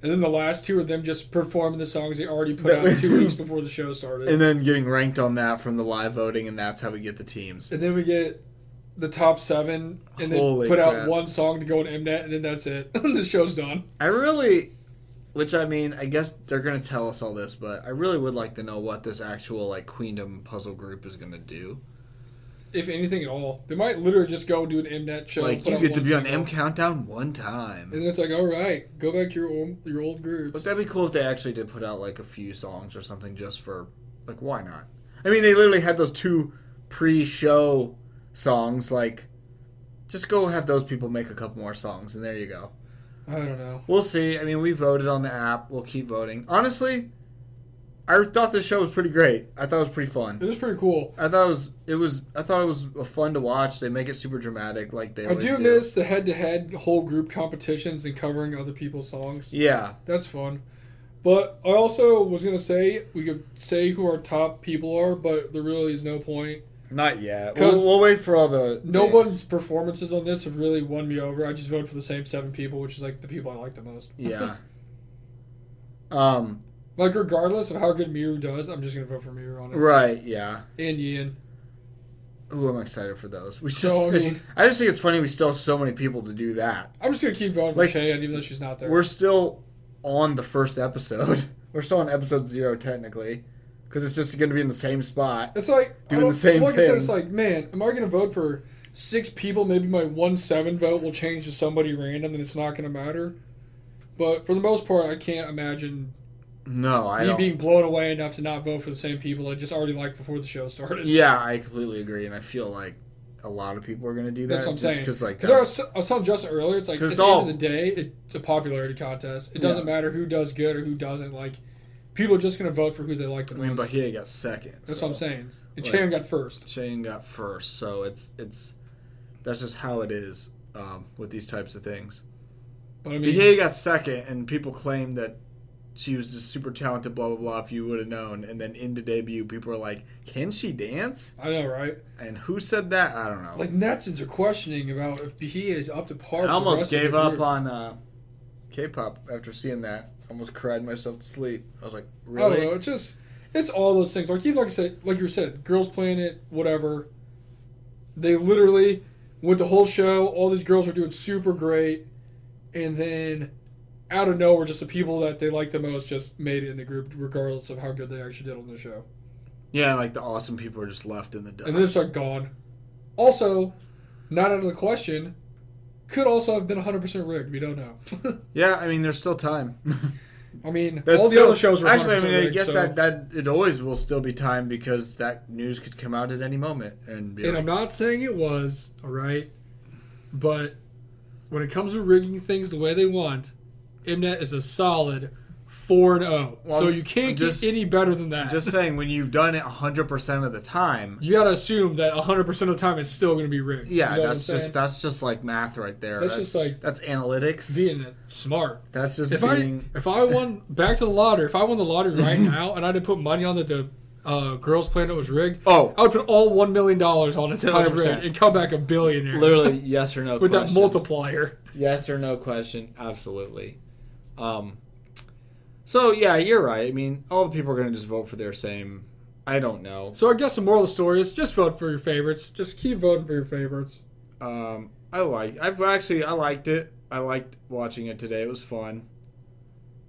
and then the last two are them just performing the songs they already put
That
out
we-
two weeks before the show started.
and then getting ranked on that from the live voting, and that's how we get the teams.
and then we get the top seven, and they
Holy
put
crap.
out one song to go on Mnet, and then that's it. the show's done.
I really, which I mean, I guess they're gonna tell us all this, but I really would like to know what this actual like Queendom puzzle group is gonna do.
If anything at all, they might literally just go do an Mnet show.
like
put
you
out
get to
one
be on
single.
M Countdown one
And
time.
then it's like, all right, go back to your old your old groups.
But that'd be cool if they actually did put out like a few songs or something just for like why not? I mean, they literally had those two pre-show songs. Like, just go have those people make a couple more songs, and there you go.
I don't know.
We'll see. I mean, we voted on the app. We'll keep voting. Honestly, I thought this show was pretty great. I thought it was pretty fun.
It was pretty cool.
I thought it was it was I thought it was fun to watch. They make it super dramatic, like they
I
always
do
do.
miss the head to head whole group competitions and covering other people's songs.
yeah,
That's fun. But I also was gonna say we could say who our top people are, but there really is no point.
not yet.
'Cause
We'll, we'll wait for all the
No
things.
one's performances on this have really won me over. I just voted for the same seven people, which is like the people I like the most.
Yeah. um.
Like regardless of how good Miru does, I'm just gonna vote for Miru on it.
Right. Yeah.
And Ian.
Ooh, I'm excited for those. We just.
So, I
it's-
mean-
I just think it's funny we still have so many people to do that.
I'm just gonna keep voting for
Like,
Cheyenne, even though she's not there.
We're still on the first episode. We're still on episode zero technically, because it's just going to be in the same spot.
It's like I
Doing the
don't-
same
like I said,
thing.
it's like, man, am I going to vote for six people? Maybe my one seven vote will change to somebody random, and it's not going to matter. But for the most part, I can't imagine
No, I
me
don't.
being blown away enough to not vote for the same people I just already liked before the show started.
Yeah, I completely agree, and I feel like a lot of people are going to do that.
That's what I'm
just
saying.
Because like,
Because I
that's-
was, I was telling Justin earlier, it's like
'Cause
at
it's
the
all-
end of the day, it's a popularity contest. It doesn't matter who does good or who doesn't. Like, people are just going to vote for who they like the
I
most.
mean, Bahia got second.
That's
so.
what I'm saying.
like-
And Cham got first.
Shane got first, so it's it's that's just how it is um, with these types of things.
But I mean,
Bahia got second, and people claim that she was just super talented, blah blah blah. If you would have known, and then in the debut, people are like, "Can she dance?"
I know, right?
And who said that? I don't know.
Like Netsons are questioning about if he is up to par.
I
with the
almost
rest of
gave
the
up
group.
on uh, K-pop after seeing that. Almost cried myself to sleep. I was like,
I
"Really?"
don't know. It's just it's all those things. Like even like I said, like you said, Girls Planet, whatever. They literally went the whole show. All these girls were doing super great, and then out of nowhere, just the people that they liked the most just made it in the group, regardless of how good they actually did on the show.
Yeah, like the awesome people are just left in the dust.
And then it's like gone. Also, not out of the question. Could also have been 100% rigged. We don't know.
yeah, I mean, there's still time.
I mean,
That's
all the
still-
other shows are
actually. I
100%
mean, I
rigged,
guess
so-
that that it always will still be time because that news could come out at any moment and be
And
like,
I'm not saying it was, all right? But when it comes to rigging things the way they want, Mnet is a solid 4 and 0.
Well,
so you can't
I'm just-
get any better than that.
just saying when you've done it 100 percent of the time.
you got to assume that 100% of the time it's still going to be rigged.
Yeah,
You know what
that's
I'm
just
saying?
that's just like math right there.
That's just like-
that's analytics.
being smart.
that's just
If
being.
I if I won back to the lottery, if I won the lottery right now and I did put money on that the uh, girls' planet was rigged,
Oh.
I would put all one million dollars on it that I was
100%.
rigged and come back a billionaire
Literally, yes or no.
with that multiplier.
Yes or no question, absolutely. Um, so yeah, you're right. I mean, all the people are gonna just vote for their same. I don't know.
So I guess the moral of the story is just vote for your favorites. Just keep voting for your favorites.
Um, I like. I've actually I liked it. I liked watching it today. It was fun.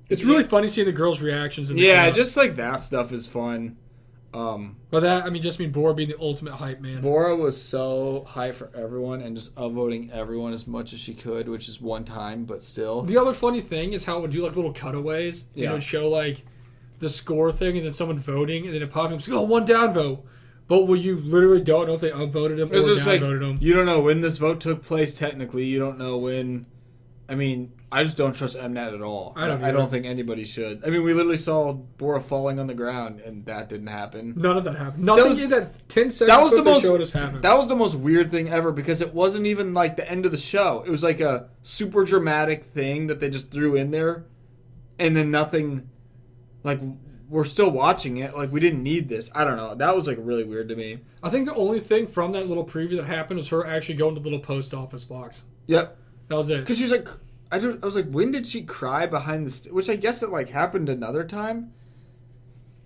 It's really funny seeing the girls' reactions. In the
Yeah,
crowd.
just like that stuff is fun. Um,
by that I mean just mean Bora being the ultimate hype man.
Bora was so high for everyone and just upvoting everyone as much as she could, which is one time, but still.
the other funny thing is how it would do like little cutaways. You
Yeah.
know, it'd show like the score thing and then someone voting and then it popped up. It's like, oh, one down vote. But when you literally don't know if they upvoted him or
It's just like
downvoted him.
you don't know when this vote took place. Technically, you don't know when. I mean, I just don't trust Mnet at all.
I don't
I don't
either.
think anybody should. I mean, we literally saw Bora falling on the ground, and that didn't happen.
None of that happened. Nothing
was-
in that 10 seconds
That was the
clip they
most.
showed us happened.
That was the most weird thing ever because it wasn't even like the end of the show. It was like a super dramatic thing that they just threw in there, and then nothing. Like we're still watching it. Like we didn't need this. I don't know. That was like really weird to me.
I think the only thing from that little preview that happened was her actually going to the little post office box.
Yep.
That was it.
Because she was like, I, don't, I was like, when did she cry behind the? St-? Which I guess it like happened another time.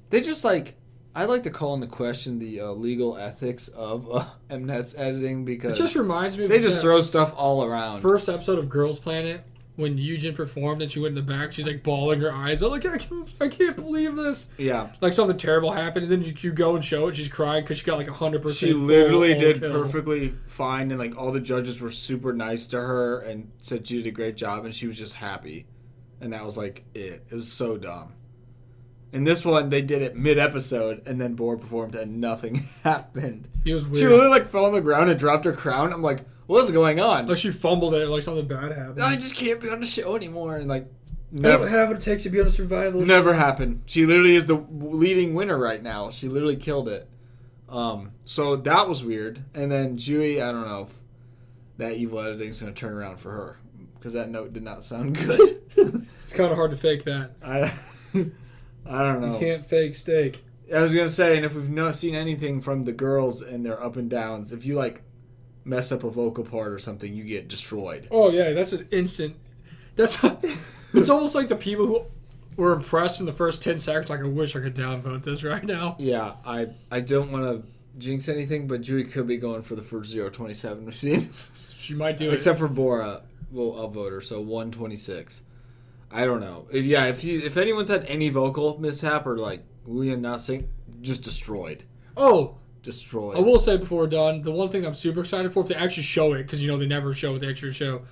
They just like, I like to call into question the uh, legal ethics of uh, Mnet's editing
It
because
just reminds me of
they just
that
throw stuff all around.
first episode of Girls Planet when Eugen performed and she went in the back. She's like bawling her eyes out, like I can't, I can't believe this.
yeah,
Like something terrible happened, and then you, you go and show it. She's crying because she got like hundred percent.
she literally did perfectly fine, and like all the judges were super nice to her and said she did a great job, and she was just happy, and that was like it. It was so dumb. In this one, they did it mid episode, and then Bohr performed, and nothing happened.
It was weird.
She literally like fell on the ground and dropped her crown. I'm like, what's going on?
like she fumbled it, like something bad happened.
I just can't be on the show anymore. And like,
Never
never,
have what it takes to be on a survival.
never happened. She literally is the w- leading winner right now. She literally killed it. Um, so that was weird. And then Julie, I don't know if that evil editing's gonna turn around for her because that note did not sound good.
It's kind of hard to fake that.
I, I don't know.
You can't fake steak.
I was gonna say, and if we've not seen anything from the girls and their up and downs, if you like mess up a vocal part or something, you get destroyed.
Oh yeah, that's an instant. That's it's almost like the people who were impressed in the first ten seconds. Like I wish I could downvote this right now.
Yeah, I I don't want to jinx anything, but Julie could be going for the first 027 machine,
She might do it.
except for Bora. We'll upvote her, so 126. I don't know. If- Yeah, if you, if anyone's had any vocal mishap or like we not sync, just destroyed,
oh,
destroyed.
I will say before we're done, the one thing I'm super excited for if they actually show it because you know they never show what they actually show.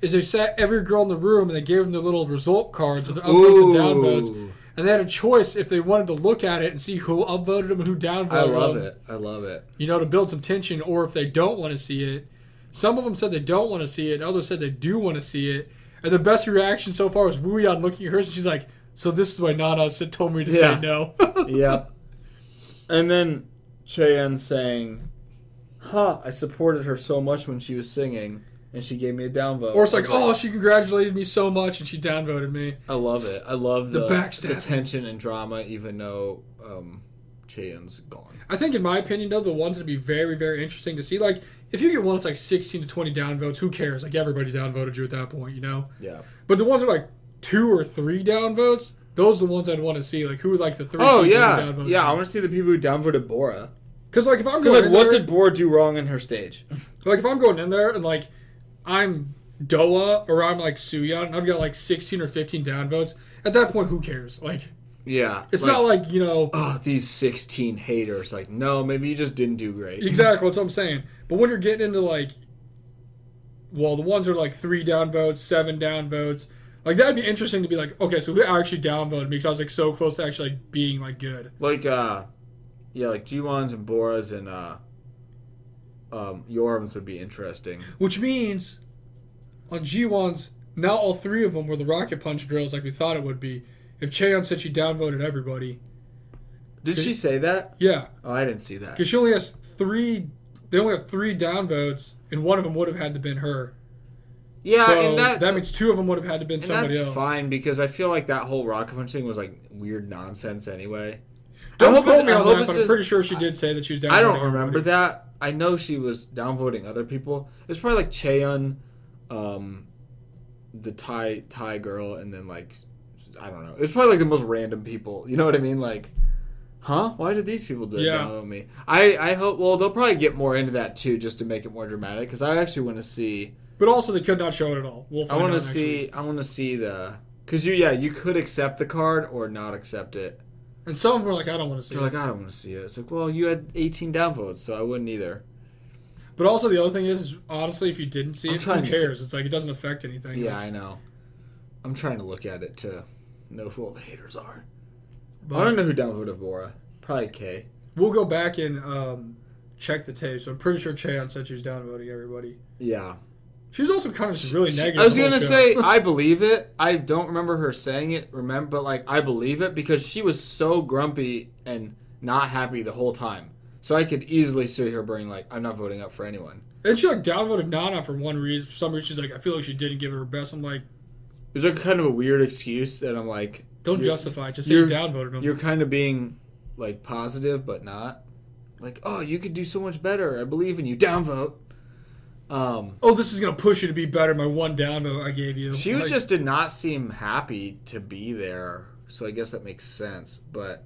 Is they sat every girl in the room and they gave them the little result cards of the upvotes and downvotes,
Ooh.
and they had a choice if they wanted to look at it and see who upvoted them and who downvoted
I love
them.
it. I love it.
you know, to build some tension, or if they don't want to see it. Some of them said they don't want to see it, others said they do want to see it. And the best reaction so far was Wuyan looking at hers, and she's like, So this is why Nana said, told me to
Yeah.
say no.
yep. And then Cheyenne saying, "Huh, I supported her so much when she was singing, and she gave me a downvote."
or it's like,
I was
Oh, she congratulated me so much, and she downvoted me.
I love it. I love the
The backstabbing.
the tension and drama, even though um, Cheyenne's gone.
I think, in my opinion, though, the ones that would be very, very interesting to see, like, if you get one that's like 16 to 20 downvotes, who cares? Like, everybody downvoted you at that point, you know?
Yeah.
But the ones that are like two or three downvotes, those are the ones I'd want to see. Like, who are like the three
Oh
people who
yeah,
downvoted
yeah. I
you?
want to see the people who downvoted Bora.
Because like if I'm
Because
going
like,
in
what
there,
did Bora do wrong in her stage?
like if I'm going in there and like I'm Doa or I'm like Suyeon and I've got like 16 or 15 downvotes, at that point who cares? Like
Yeah,
it's not like you know
oh these sixteen haters. Like no, maybe you just didn't do great.
exactly that's what I'm saying. But when you're getting into like, well, the ones that are like three downvotes, seven downvotes. Like that'd be interesting to be like, okay, so who actually downvoted me because I was like so close to actually like being like good.
Like uh, yeah, like Jiwon's and Bora's and uh, um, Yorum's would be interesting.
Which means on G1's, now all three of them were the Rocket Punch girls like we thought it would be. If Cheon said she downvoted everybody,
Did she say that?
yeah,
Oh, I didn't see that.
because she only has three. They only have three downvotes, and one of them would have had to been her.
Yeah,
so
Uh, and
that,
that
means two of them would have had to been
And
somebody
that's
else.
fine because I feel like that whole rocket punch thing was like weird nonsense anyway. I
Don't
hope
quote
it-
me
I
on
hope
that,
it's
but
just-
I'm pretty sure she did say that she was downvoting.
I don't
everybody.
remember that. I know she was downvoting other people. It's probably like Cheon, um, the Thai Thai girl, and then like I don't know. It's probably like the most random people. You know what I mean? Like, huh? Why did these people do
Yeah.
yeah. downvote me? I I hope. Well, they'll probably get more into that too, just to make it more dramatic. Because I actually want to see.
But also, they could not show it at all. We'll
I
find
want to
out next
see.
week.
I want to see the. Cause you, yeah, you could accept the card or not accept it.
And some of them were like, I don't want to see.
They're
it.
like, I don't want to see it. It's like, well, you had 18 downvotes, so I wouldn't either.
But also, the other thing is, is honestly, if you didn't see
I'm
it,
trying
who
to see-
cares? It's like it doesn't affect anything.
Yeah, I know. I'm trying to look at it to know who all the haters are. I don't
But
know who downloaded Bora. Probably K.
we'll go back and um, check the tapes. I'm pretty sure Cheon said she was downvoting everybody.
Yeah.
She was also kind of just really negative.
I was
the whole
gonna
show.
say I believe it. I don't remember her saying it. Remember, but like I believe it because she was so grumpy and not happy the whole time. So I could easily see her being like, "I'm not voting up for anyone."
and she like downvoted Nana for one reason. For some reason, she's like, I feel like she didn't give it her best. I'm like,
It was like kind of a weird excuse, and I'm like,
don't
You're-
justify it. Just say you
you're-
downvoted him.
"You're kind of being like positive, but not like, oh, you could do so much better. I believe in you. Downvote." Um,
oh, this is gonna push you to be better. My one downvote I gave you.
she
Like,
was just did not seem happy to be there, so I guess that makes sense. But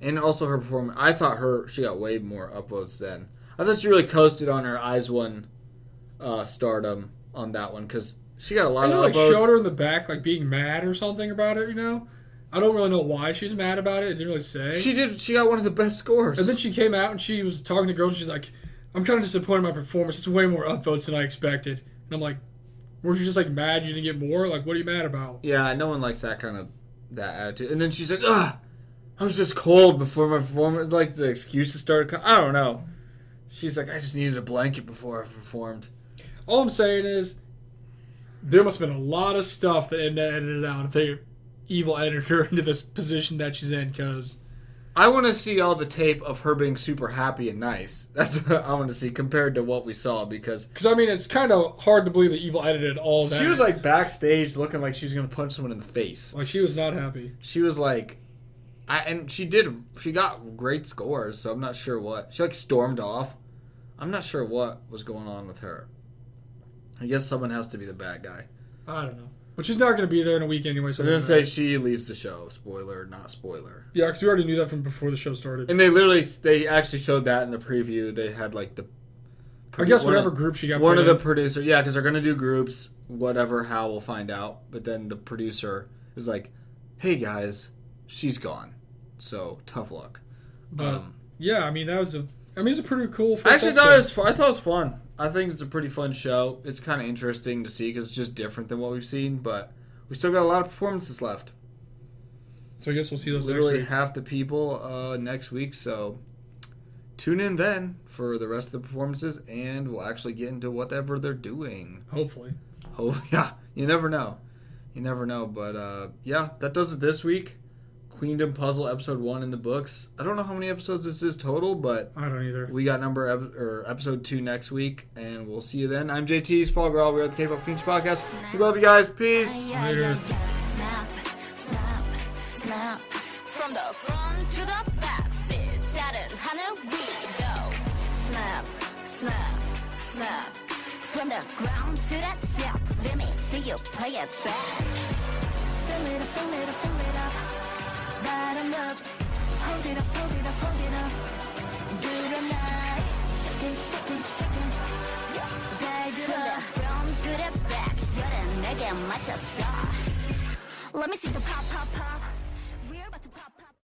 and also her performance, I thought her she got way more upvotes than I thought. She really coasted on her eyes one uh, stardom on that one because she got a
I
lot
know,
of
like
upvotes.
showed her in the back, like being mad or something about it. You know, I don't really know why she's mad about it. It didn't really say.
She did. She got one of the best scores.
And then she came out and she was talking to girls. She's like, "I'm kind of disappointed in my performance. It's way more upvotes than I expected." And I'm like, "Weren't you just like mad you didn't get more? Like, what are you mad about?"
Yeah, no one likes that kind of that attitude. And then she's like, "Ugh, I was just cold before my performance." Like the excuses started. co- I don't know. She's like, "I just needed a blanket before I performed."
All I'm saying is, there must have been a lot of stuff that Edna edited out if they evil edited her into this position that she's in. Because
I want to see all the tape of her being super happy and nice. That's what I want to see compared to what we saw because
because I mean, it's kind of hard to believe that evil edited all that.
she was like backstage looking like she was gonna punch someone in the face.
like she was not happy.
She was like, I and she did. She got great scores, so I'm not sure what she like stormed off. I'm not sure what was going on with her. I guess someone has to be the bad guy.
I don't know. But she's not going to be there in a week anyway. So
I was gonna say she leaves the show. Spoiler, not spoiler.
yeah, because we already knew that from before the show started.
And they literally, they actually showed that in the preview. They had like the.
I guess
one of-
whatever group she got.
one
put
of
in-
the producer yeah because they're gonna do groups whatever how we'll find out but then the producer is like hey guys she's gone so tough luck Um,
But yeah, I mean that was a. I mean it's a pretty cool. First
i actually thought
episode.
it was fu- i thought it was fun i think it's a pretty fun show it's kind of interesting to see because it's just different than what we've seen but we still got a lot of performances left
So I guess we'll see those next
literally
week.
half the people uh, next week so tune in then for the rest of the performances and we'll actually get into whatever they're doing
Hopefully,
Oh yeah, you never know. You never know, but uh, yeah, that does it this week. Queendom Puzzle episode one in the books. I don't know how many episodes this is total, but
I don't either.
we got number ep- or episode two next week, and we'll see you then. I'm JT's Fall Girl. We're the K-pop Queens podcast. We love you guys. Peace.
Later.
Snap, snap, snap. From the front to the back, sit down and honey, we go. Snap, snap, snap. From the ground to the top, let me see you play it back. Fill it up, fill it up, fill it up. Bottom up, hold it up, hold it up, hold it up. Do the night, shake it, shake it, shake it. 잘 들어. From to the back, 열은 내게 맞췄어. Let me see the pop, pop, pop.